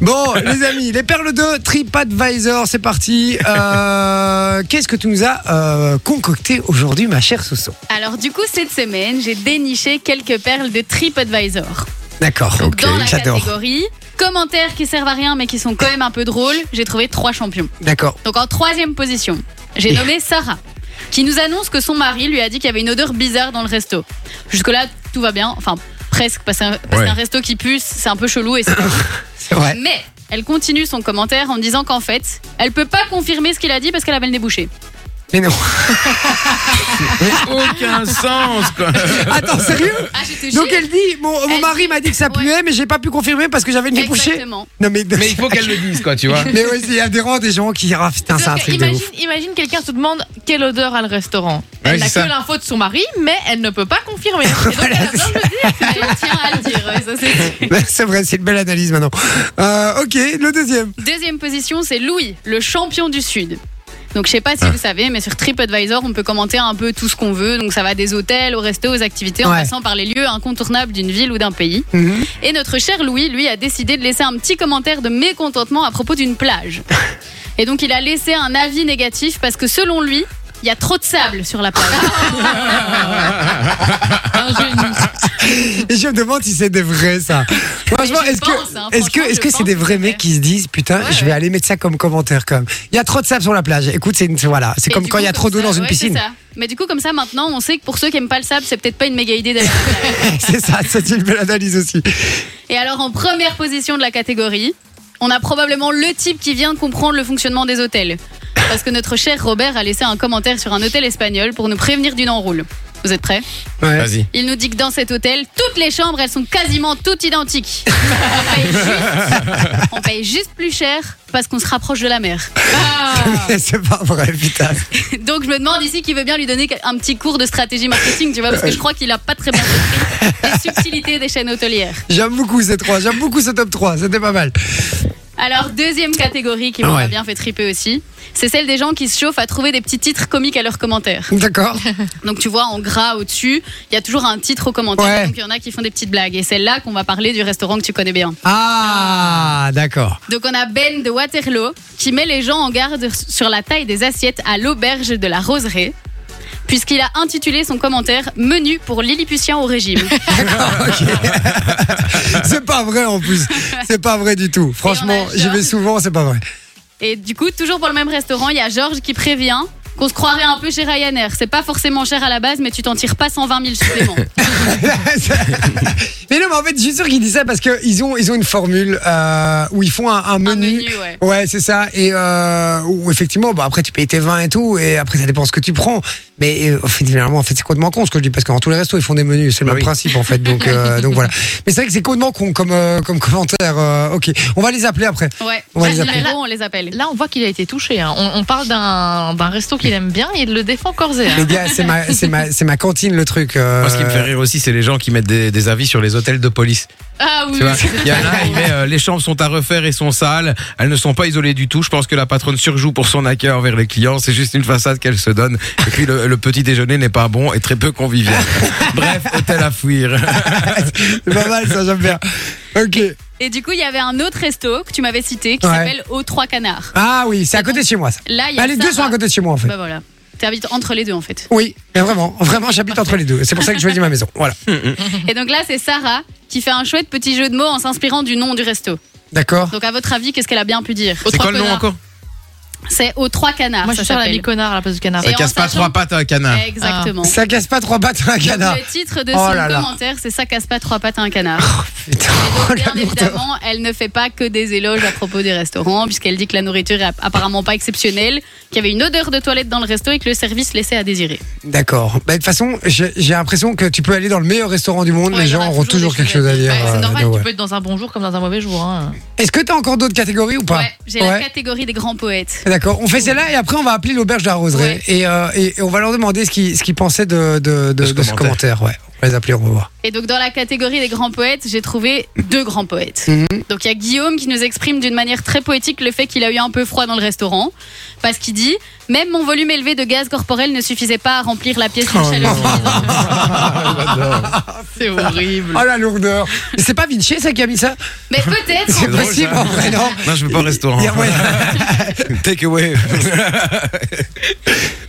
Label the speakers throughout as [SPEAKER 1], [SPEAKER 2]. [SPEAKER 1] Bon, les amis, les perles de TripAdvisor, c'est parti. Euh, Qu'est-ce que tu nous as euh, concocté aujourd'hui, ma chère Soso
[SPEAKER 2] Alors du coup, cette semaine, j'ai déniché quelques perles de TripAdvisor.
[SPEAKER 1] D'accord,
[SPEAKER 2] Dans la
[SPEAKER 1] j'adore.
[SPEAKER 2] catégorie commentaires qui servent à rien mais qui sont quand même un peu drôles, j'ai trouvé trois champions.
[SPEAKER 1] D'accord.
[SPEAKER 2] Donc en troisième position, j'ai
[SPEAKER 1] Et-
[SPEAKER 2] nommé Sarah, qui nous annonce que son mari lui a dit qu'il y avait une odeur bizarre dans le resto. Jusque-là, tout va bien, enfin presque, parce qu'un parce
[SPEAKER 3] Ouais.
[SPEAKER 2] qu'un resto qui puce, c'est un peu chelou. Et c'est-
[SPEAKER 1] C'est vrai.
[SPEAKER 2] Mais elle continue son commentaire en disant qu'en fait, elle peut pas confirmer ce qu'il a dit parce qu'elle avait le nez bouché.
[SPEAKER 1] Mais non.
[SPEAKER 3] Aucun sens, quoi.
[SPEAKER 1] Attends, sérieux
[SPEAKER 2] Ah, j'étais
[SPEAKER 1] Donc elle dit mon, mon
[SPEAKER 2] Elle
[SPEAKER 1] mari
[SPEAKER 2] dit-
[SPEAKER 1] m'a dit que ça
[SPEAKER 2] ouais.
[SPEAKER 1] puait, mais j'ai pas pu confirmer parce que j'avais le nez bouché.
[SPEAKER 2] Exactement.
[SPEAKER 1] Non, mais.
[SPEAKER 3] Mais il faut qu'elle le dise, quoi, tu vois.
[SPEAKER 1] Mais oui, c'est adhérent des gens qui. Ah putain, c'est un
[SPEAKER 4] Parce que
[SPEAKER 1] truc de
[SPEAKER 4] imagine,
[SPEAKER 1] ouf.
[SPEAKER 4] imagine quelqu'un se demande quelle odeur a le restaurant. Elle
[SPEAKER 3] Ouais,
[SPEAKER 4] n'a
[SPEAKER 3] c'est ça.
[SPEAKER 4] que l'info de son mari, mais elle ne peut pas confirmer. Et donc, elle a besoin de le dire.
[SPEAKER 2] Elle tient à le dire, ouais, ça c'est sûr.
[SPEAKER 1] C'est vrai, c'est une belle analyse maintenant. Euh, ok, le deuxième.
[SPEAKER 2] Deuxième position, c'est Louis, le champion du Sud. Donc je sais pas si vous savez, mais sur TripAdvisor, on peut commenter un peu tout ce qu'on veut. Donc ça va des hôtels, aux restos, aux activités, en
[SPEAKER 1] Ouais.
[SPEAKER 2] passant par les lieux incontournables d'une ville ou d'un pays.
[SPEAKER 1] Mhm.
[SPEAKER 2] Et notre cher Louis, lui, a décidé de laisser un petit commentaire de mécontentement à propos d'une plage. Et donc il a laissé un avis négatif parce que selon lui, il y a trop de sable sur la
[SPEAKER 1] Ah,
[SPEAKER 2] plage.
[SPEAKER 1] Et je me demande si c'est des vrais, ça. Franchement,
[SPEAKER 2] Mais je
[SPEAKER 1] est-ce
[SPEAKER 2] pense,
[SPEAKER 1] que
[SPEAKER 2] hein,
[SPEAKER 1] est-ce que
[SPEAKER 2] franchement,
[SPEAKER 1] est-ce
[SPEAKER 2] je
[SPEAKER 1] que c'est
[SPEAKER 2] pense
[SPEAKER 1] des
[SPEAKER 2] que
[SPEAKER 1] vrais
[SPEAKER 2] c'est
[SPEAKER 1] mecs
[SPEAKER 2] vrai.
[SPEAKER 1] qui se disent putain, je vais aller mettre ça comme commentaire quand même. Il y a trop de sable sur la plage. Écoute, c'est une voilà, c'est
[SPEAKER 2] Et
[SPEAKER 1] comme
[SPEAKER 2] du
[SPEAKER 1] quand
[SPEAKER 2] coup,
[SPEAKER 1] il y a trop
[SPEAKER 2] comme
[SPEAKER 1] d'eau
[SPEAKER 2] ça-
[SPEAKER 1] dans une
[SPEAKER 2] ouais, c'est
[SPEAKER 1] piscine.
[SPEAKER 2] ça. Mais du coup, comme ça, maintenant, on sait que pour ceux qui aiment pas le sable, c'est peut-être pas une méga idée d'aller à la plage.
[SPEAKER 1] C'est ça, c'est une belle analyse aussi.
[SPEAKER 2] Et alors, en première position de la catégorie, on a probablement le type qui vient de comprendre le fonctionnement des hôtels. Parce que notre cher Robert a laissé un commentaire sur un hôtel espagnol pour nous prévenir d'une enroule. Vous êtes prêts
[SPEAKER 1] Ouais.
[SPEAKER 3] Vas-y.
[SPEAKER 2] Il nous dit que dans cet hôtel, toutes les chambres, elles sont quasiment toutes identiques. On paye juste, on paye juste plus cher parce qu'on se rapproche de la mer.
[SPEAKER 1] c'est pas vrai, putain.
[SPEAKER 2] Donc je me demande ici qui veut bien lui donner un petit cours de stratégie marketing, tu vois, parce que je crois qu'il a pas très bien compris les subtilités des chaînes hôtelières.
[SPEAKER 1] J'aime beaucoup ces trois, j'aime beaucoup ce top 3, c'était pas mal.
[SPEAKER 2] Alors, deuxième catégorie qui
[SPEAKER 1] Ouais.
[SPEAKER 2] m'a bien fait triper aussi, c'est celle des gens qui se chauffent à trouver des petits titres comiques à leurs commentaires.
[SPEAKER 1] D'accord.
[SPEAKER 2] Donc, tu vois, en gras au-dessus, il y a toujours un titre au commentaire.
[SPEAKER 1] Ouais.
[SPEAKER 2] Donc, il y en a qui font des petites blagues. Et c'est là qu'on va parler du restaurant que tu connais bien.
[SPEAKER 1] Ah, d'accord.
[SPEAKER 2] Donc, on a Ben de Waterloo qui met les gens en garde sur la taille des assiettes à l'auberge de la Roseraie. Puisqu'il a intitulé son commentaire Menu pour Lilliputien au régime.
[SPEAKER 1] C'est pas vrai en plus. C'est pas vrai du tout. Franchement, j'y vais
[SPEAKER 2] Georges.
[SPEAKER 1] souvent, c'est pas vrai.
[SPEAKER 2] Et du coup, toujours pour le même restaurant, il y a Georges qui prévient qu'on se croirait un peu chez Ryanair. C'est pas forcément cher à la base, mais tu t'en tires pas 120 000 suppléments.
[SPEAKER 1] mais non, mais en fait, je suis sûr qu'ils disent ça parce qu'ils ont, ils ont une formule euh, où ils font un, un
[SPEAKER 2] un
[SPEAKER 1] menu.
[SPEAKER 2] menu, ouais.
[SPEAKER 1] Ouais, c'est ça. Et euh, où effectivement, bah, après, tu payes tes vins et tout. Et après, ça dépend ce que tu prends. Mais euh, finalement, en fait, c'est complètement con ce que je dis. Parce que dans tous les restos, ils font des menus. C'est le
[SPEAKER 3] Bah
[SPEAKER 1] même
[SPEAKER 3] oui.
[SPEAKER 1] principe, en fait. Donc, euh, donc voilà. Mais c'est vrai que c'est complètement con comme, euh, comme commentaire. euh, ok. On va les appeler après.
[SPEAKER 2] Ouais.
[SPEAKER 1] On va les
[SPEAKER 2] Là,
[SPEAKER 1] appeler.
[SPEAKER 2] numéro, on les appelle.
[SPEAKER 4] Là, on voit qu'il a été touché. hein. On, on parle d'un d'un resto qu'il aime bien et il le défend corps et
[SPEAKER 1] Les
[SPEAKER 4] âme.
[SPEAKER 1] gars, c'est ma, c'est ma, c'est ma cantine, le truc. euh,
[SPEAKER 3] Moi, ce qui me fait rire aussi, c'est les gens qui mettent des, des avis sur les hôtels de police.
[SPEAKER 4] Ah oui,
[SPEAKER 3] Tu vois,
[SPEAKER 4] oui,
[SPEAKER 3] il y en a, il met, euh, les chambres sont à refaire et sont sales. Elles ne sont pas isolées du tout. Je pense que la patronne surjoue pour son accueil envers les clients. C'est juste une façade qu'elle se donne. Et puis, le, le petit déjeuner n'est pas bon et très peu convivial. Bref, hôtel à fuir.
[SPEAKER 1] c'est pas mal, ça, j'aime bien. Ok.
[SPEAKER 2] Et du coup, il y avait un autre resto que tu m'avais cité qui
[SPEAKER 1] Ouais.
[SPEAKER 2] s'appelle Aux Trois Canards.
[SPEAKER 1] Ah oui, c'est à côté de chez moi, ça.
[SPEAKER 2] Là, il y a
[SPEAKER 1] Bah, les deux
[SPEAKER 2] Sarah.
[SPEAKER 1] sont à côté de chez moi, en fait.
[SPEAKER 2] Bah voilà. T'habites entre les deux en fait.
[SPEAKER 1] Oui, mais vraiment, vraiment, j'habite entre les deux. C'est pour ça que je choisis ma maison. Voilà. Mhm.
[SPEAKER 2] Et donc là, c'est Sarah qui fait un chouette petit jeu de mots en s'inspirant du nom du resto.
[SPEAKER 1] D'accord.
[SPEAKER 2] Donc à votre avis, qu'est-ce qu'elle a bien pu dire
[SPEAKER 3] C'est quoi le nom
[SPEAKER 4] Connard.
[SPEAKER 3] encore
[SPEAKER 2] C'est Aux Trois Canards.
[SPEAKER 4] Moi, je
[SPEAKER 2] ça
[SPEAKER 4] suis sur la
[SPEAKER 2] s'appelle.
[SPEAKER 4] mi-connard à la place du canard.
[SPEAKER 2] Et
[SPEAKER 3] Ça casse
[SPEAKER 2] en
[SPEAKER 3] pas
[SPEAKER 2] sachant-
[SPEAKER 3] trois pattes hein, à un canard.
[SPEAKER 2] Exactement.
[SPEAKER 1] Ça casse pas trois pattes à Ah. un
[SPEAKER 2] Donc,
[SPEAKER 1] canard.
[SPEAKER 2] le titre de
[SPEAKER 1] Oh
[SPEAKER 2] son
[SPEAKER 1] là là.
[SPEAKER 2] commentaire, c'est Ça casse pas trois pattes à un canard.
[SPEAKER 1] Putain, oh,
[SPEAKER 2] Bien
[SPEAKER 1] la lourdeur.
[SPEAKER 2] évidemment, elle ne fait pas que des éloges à propos des restaurants, puisqu'elle dit que la nourriture est app- apparemment pas exceptionnelle, qu'il y avait une odeur de toilette dans le resto et que le service laissait à désirer.
[SPEAKER 1] D'accord. Bah, De toute façon, j'ai j'ai l'impression que tu peux aller dans le meilleur restaurant du monde,
[SPEAKER 4] Ouais,
[SPEAKER 1] les
[SPEAKER 4] il y
[SPEAKER 1] gens
[SPEAKER 4] aura
[SPEAKER 1] auront toujours
[SPEAKER 4] toujours des
[SPEAKER 1] quelque
[SPEAKER 4] choses
[SPEAKER 1] chose à dire.
[SPEAKER 4] Ouais,
[SPEAKER 1] euh,
[SPEAKER 4] c'est normal,
[SPEAKER 1] donc, ouais.
[SPEAKER 4] tu peux être dans un bon jour comme dans un mauvais jour. hein.
[SPEAKER 1] Est-ce que t'as encore d'autres catégories ou pas
[SPEAKER 2] ouais, j'ai la
[SPEAKER 1] Bah, Ouais.
[SPEAKER 2] catégorie des grands poètes.
[SPEAKER 1] D'accord, on fait celle-là et après on va appeler l'auberge de la roseraie
[SPEAKER 2] Ouais.
[SPEAKER 1] et, euh, et- et on va leur demander ce qu'ils ce qu'ils pensaient de, de, de-
[SPEAKER 3] De ce
[SPEAKER 1] de ce commentaire. ouais. On va les appeler, on va voir.
[SPEAKER 2] Et donc dans la catégorie des grands poètes, j'ai trouvé deux grands poètes.
[SPEAKER 1] Mhm.
[SPEAKER 2] Donc il y a Guillaume qui nous exprime d'une manière très poétique le fait qu'il a eu un peu froid dans le restaurant, parce qu'il dit même mon volume élevé de gaz corporel ne suffisait pas à remplir la pièce d'une
[SPEAKER 3] Oh
[SPEAKER 2] chaleur.
[SPEAKER 3] non.
[SPEAKER 2] vive.
[SPEAKER 4] C'est horrible.
[SPEAKER 1] Oh la lourdeur Mais c'est pas Vinci ça qui a mis ça
[SPEAKER 2] Mais peut-être.
[SPEAKER 1] C'est
[SPEAKER 3] drôle,
[SPEAKER 1] possible
[SPEAKER 3] ça.
[SPEAKER 1] en vrai, non
[SPEAKER 3] Non, je vais pas au restaurant.
[SPEAKER 1] Yeah, ouais.
[SPEAKER 3] Take away.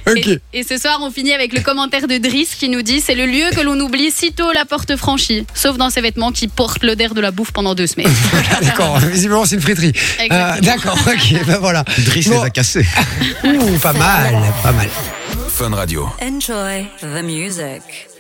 [SPEAKER 1] Ok.
[SPEAKER 2] Et, et ce soir, on finit avec le commentaire de Driss qui nous dit c'est le lieu que l'on oublie sitôt la porte franchie, sauf dans ses vêtements qui portent l'odeur de la bouffe pendant deux semaines.
[SPEAKER 1] D'accord, visiblement c'est une friterie. Euh,
[SPEAKER 2] Exactement.
[SPEAKER 1] D'accord, ok, ben voilà.
[SPEAKER 3] Driss
[SPEAKER 1] Bon.
[SPEAKER 3] les a cassés.
[SPEAKER 1] Ouh, pas mal, pas mal.
[SPEAKER 5] Enjoy the music.